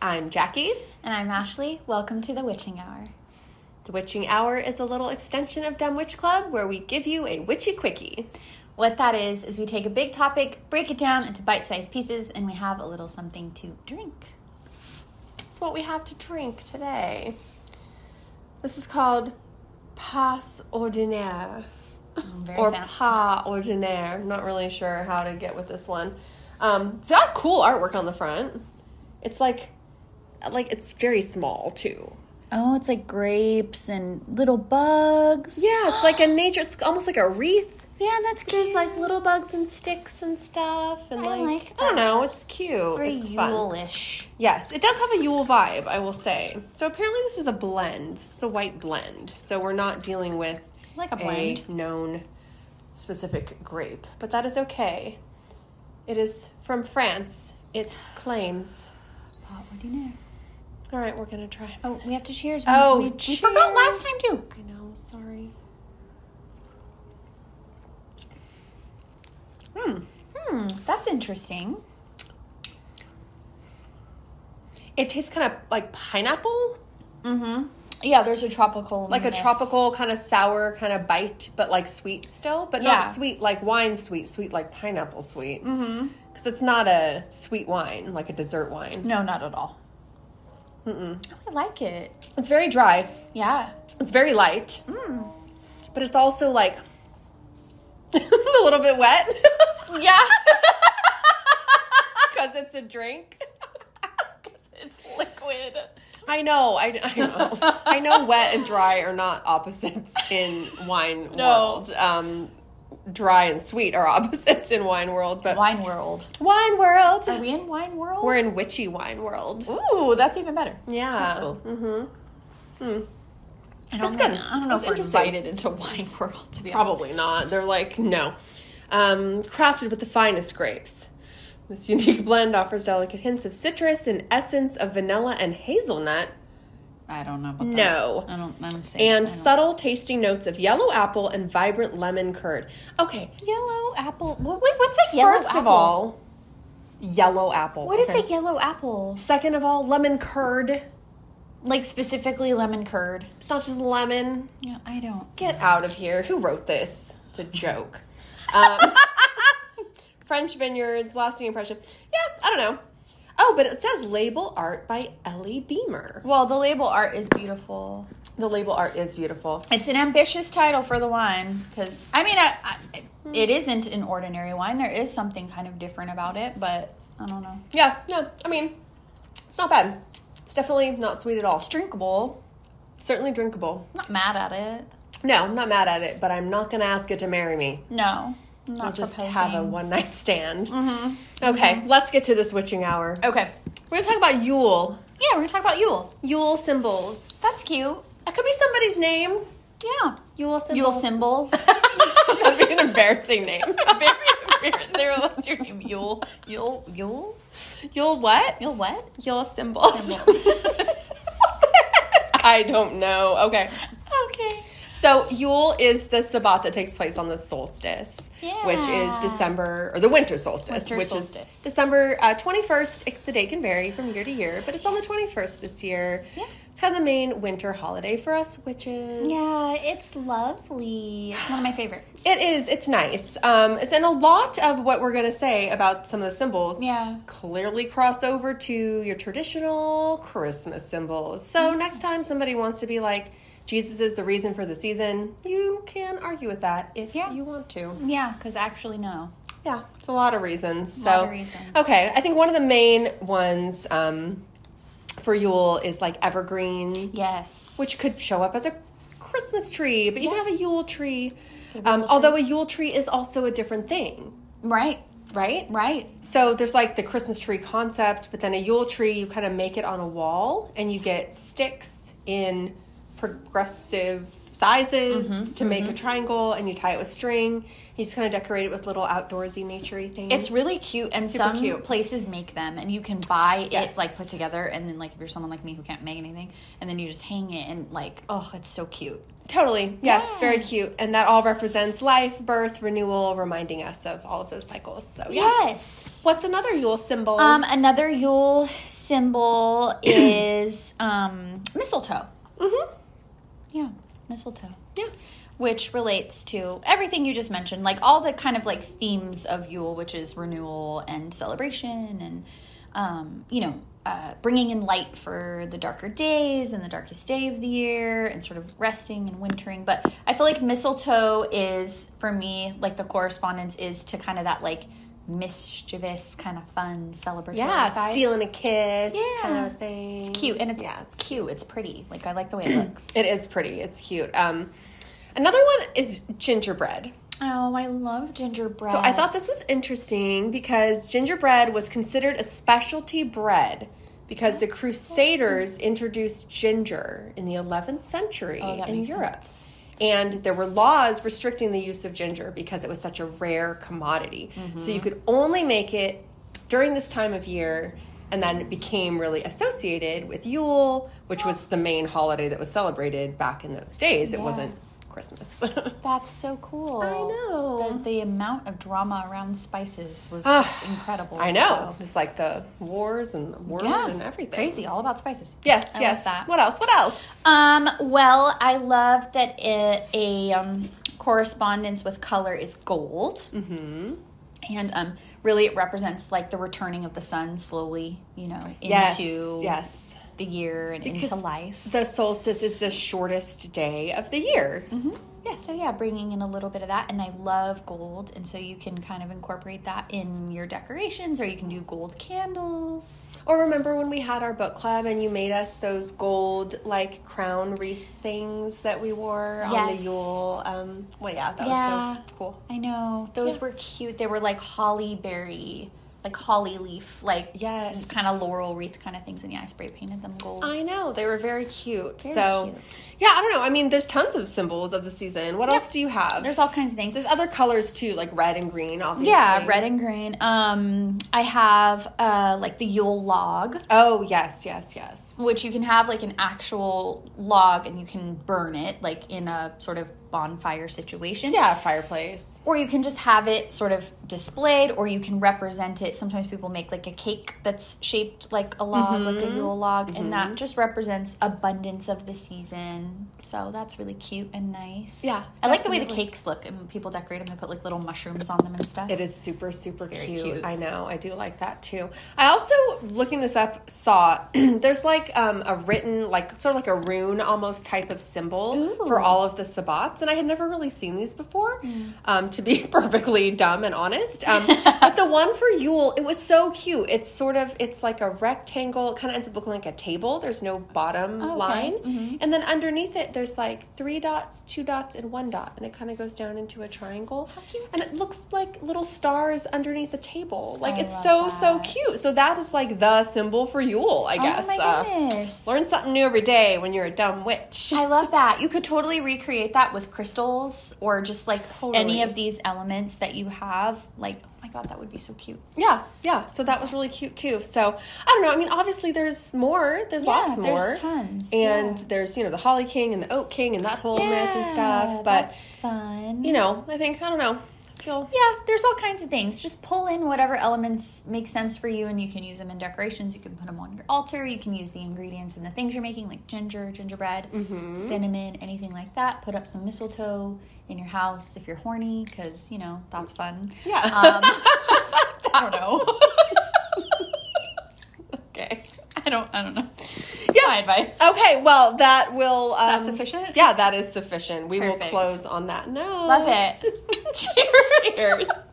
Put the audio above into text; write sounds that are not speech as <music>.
I'm Jackie. And I'm Ashley. Welcome to the Witching Hour. The Witching Hour is a little extension of Dumb Witch Club where we give you a witchy quickie. What that is, is we take a big topic, break it down into bite sized pieces, and we have a little something to drink. It's what we have to drink today. This is called Pas Ordinaire Very or fancy. Pas Ordinaire. Not really sure how to get with this one. Um, it's got cool artwork on the front. It's like, like it's very small too. Oh, it's like grapes and little bugs. Yeah, it's <gasps> like a nature. It's almost like a wreath. Yeah, that's cute. There's like little bugs and sticks and stuff, and I like, like I don't that. know, it's cute. It's, very fun. Yule-ish. Yes, it does have a Yule vibe, I will say. So apparently, this is a blend. This is a white blend. So we're not dealing with Like a blend. known specific grape, but that is okay. It is from France. It claims. Pot ordinaire. All right, we're gonna try. Oh, we have to cheers. Oh, we, we cheers. forgot last time too. I know. Sorry. Hmm, that's interesting. It tastes kind of like pineapple. Mm-hmm. Yeah, there's a tropical, like a tropical kind of sour kind of bite, but like sweet still, but Yeah. Mm-hmm. not sweet like wine sweet, sweet like pineapple sweet. Because it's not a sweet wine, like a dessert wine. No, not at all. Mm-mm. I like it. It's very dry. Yeah. It's very light, but it's also like <laughs> a little bit wet <laughs> Yeah. <laughs> because it's a drink. <laughs> it's liquid. I know, I, I <laughs> know, I know. Wet and dry are not opposites in wine No. world. Um, dry and sweet are <laughs> opposites in wine world, but Wine world. wine world. Are we in wine world? We're in witchy wine world. Ooh, that's even better. Yeah. That's cool. I don't That's know, good. I don't know That's if we're interesting. invited into <laughs> wine world to be honest. Probably not. They're like, no. Um, crafted with the finest grapes. This unique blend offers delicate hints of citrus and essence of vanilla and hazelnut. I don't know about No. I don't. I don't say. I And don't- subtle tasting notes of yellow apple and vibrant lemon curd. Okay, yellow apple. Wha- Wait, what's that yellow? first of apple? all, yellow apple. what is okay. a yellow apple? Second of all, lemon curd. Like specifically lemon curd. It's not just lemon. Yeah, I don't. Get out of here. Who wrote this? It's a joke. <laughs> Um, French vineyards, lasting impression. Yeah, I don't know. Oh, but it says label art by Ellie Beamer. Well, the label art is beautiful. The label art is beautiful. It's an ambitious title for the wine because I mean, I, I, it isn't an ordinary wine. There is something kind of different about it, but I don't know. Yeah, no, I mean, it's not bad. It's definitely not sweet at all. It's drinkable. Certainly drinkable. I'm not mad at it. No, I'm not mad at it, but I'm not going to ask it to marry me. No, I'm not I'll just proposing. have a one night stand. Okay, let's get to this witching hour. okay. We're going to talk about Yule. Yeah, we're gonna talk about Yule. Yule symbols. That's cute. That could be somebody's name. Yeah, Yule symbol. Yule <laughs> symbols. That'd be an embarrassing name. <laughs> very, very, they were, what's your name? Yule, Yule, Yule, Yule what? Yule. What? Yule symbols. <laughs> I don't know. Okay. okay. So Yule is the Sabbat that takes place on the solstice, which is Yeah. December or the winter solstice, Winter which solstice. is December uh, 21st. It- The day can vary from year to year, but it's on the 21st this year. Yeah. It's kind of the main winter holiday for us witches. Yeah, it's lovely. It's one of my favorites. It is. It's nice. Um, it's- and a lot of what we're going to say about some of the symbols Yeah. clearly cross over to your traditional Christmas symbols. So Mm-hmm. next time somebody wants to be like, Jesus is the reason for the season, you can argue with that if Yeah. you want to. Yeah, because actually, no. Yeah, it's a lot of reasons. So, Lot of reasons. okay, I think one of the main ones um, for Yule is like evergreen Yes. which could show up as a Christmas tree, but you can have a Yes. Yule tree. Could Um, be a although a Yule tree is also a different thing, Right, right? right. So there's like the Christmas tree concept, but then a Yule tree, you kind of make it on a wall and you get sticks in progressive sizes to make a triangle and you tie it with string. You just kind of decorate it with little outdoorsy, naturey things. It's really cute, and Super some cute. places make them, and you can buy Yes. it like put together, and then like if you're someone like me who can't make anything, and then you just hang it, and like oh, it's so cute. Totally. Yes, Yeah. very cute. And that all represents life, birth, renewal, reminding us of all of those cycles. So, yeah. Yes. What's another Yule symbol? Um, another Yule symbol is um, mistletoe. Mhm. Yeah, mistletoe. Yeah. Which relates to everything you just mentioned, like all the kind of like themes of Yule, which is renewal and celebration and, um, you know, uh, bringing in light for the darker days and the darkest day of the year and sort of resting and wintering. But I feel like mistletoe is, for me, like the correspondence is to kind of that like mischievous, kind of fun, celebratory Yeah, side. stealing a kiss Yeah. kind of thing. It's cute and it's Yeah, it's cute. It's pretty. Like I like the way it looks. It is pretty. It's cute. Um, another one is gingerbread. Oh, I love gingerbread. So I thought this was interesting because gingerbread was considered a specialty bread because the Crusaders introduced ginger in the 11th century Oh, that in makes Europe. And there were laws restricting the use of ginger because it was such a rare commodity. So Mm-hmm. you could only make it during this time of year. And then it became really associated with Yule, which was the main holiday that was celebrated back in those days. It Yeah. wasn't Christmas. <laughs> that's so cool. I know. The, the amount of drama around spices was Ugh, just incredible. I know. It's like the wars and the war so- yeah, and everything. Crazy, all about spices. Yes, I yes. Love that. What else? What else? Um, well, I love that it, a um, correspondence with color is gold. Mm-hmm. And um, really, it represents like the returning of the sun slowly, you know, into Yes. yes. the year and into Because life. The solstice is the shortest day of the year. Mm-hmm. So yeah, bringing in a little bit of that, and I love gold, and so you can kind of incorporate that in your decorations, or you can do gold candles. Or remember when we had our book club and you made us those gold like crown wreath things that we wore on Yes. the Yule? Um, well, yeah, that Yeah. was so cool. I know those Yeah. were cute. They were like holly berry, like holly leaf, like Yes. kind of laurel wreath kind of things, and yeah, I spray painted them gold. I know they were very cute. Very so, cute. yeah, I don't know. I mean, there's tons of symbols of the season. What else do you have? There's all kinds of things. There's other colors too, like red and green, obviously. yeah, red and green. Um, I have uh like the Yule log. Oh yes, yes, yes. which you can have like an actual log and you can burn it like in a sort of bonfire situation Yeah, fireplace. or you can just have it sort of displayed or you can represent it sometimes people make like a cake that's shaped like a log like a Mm-hmm. yule log and that just represents abundance of the season so that's really cute and nice Yeah, i like the way the definitely. cakes look and people decorate them they put like little mushrooms on them and stuff It is super, super very cute. cute. I know. I do like that too. I also looking this up saw <clears throat> there's like um, a written like sort of like a rune almost type of symbol for all of the sabbats, and I had never really seen these before. Hmm. Um, to be <laughs> perfectly dumb and honest, <laughs> um, but the one for Yule, it was so cute. It's sort of it's like a rectangle. It kind of ends up looking like a table. There's no bottom okay. line, Mm-hmm. and then underneath it, there's like three dots, two dots, and one dot, and it kind of goes down into a triangle. cute. And it looks like little stars underneath the table. Like Oh, I it's so love so that. cute. So that is like the symbol for Yule, I guess. oh Uh, my goodness learn something new every day when you're a dumb witch. I love that. You could totally recreate that with crystals or just like s- Totally. any of these elements that you have. Like, oh my god, that would be so cute. Yeah, yeah. So that was really cute too. So I don't know. I mean, obviously there's more. There's Yeah, lots more. there's tons. And Yeah. there's you know the Holly King and the Oak King and that whole myth and Yeah, stuff. But that's fun. you know, I think I don't know. I feel yeah, there's all kinds of things. Just pull in whatever elements make sense for you, and you can use them in decorations. You can put them on your altar. You can use the ingredients and the things you're making, like ginger, gingerbread, cinnamon, anything like that. Put up some mistletoe in your house if you're horny, because you know that's fun. Yeah. Um, I don't know. <laughs> okay. I don't. I don't know. Yeah. my advice. Okay, well, that will. Um, that sufficient? Yeah, that is sufficient. We will <laughs> Perfect. close on that note. Love it. <laughs> Cheers.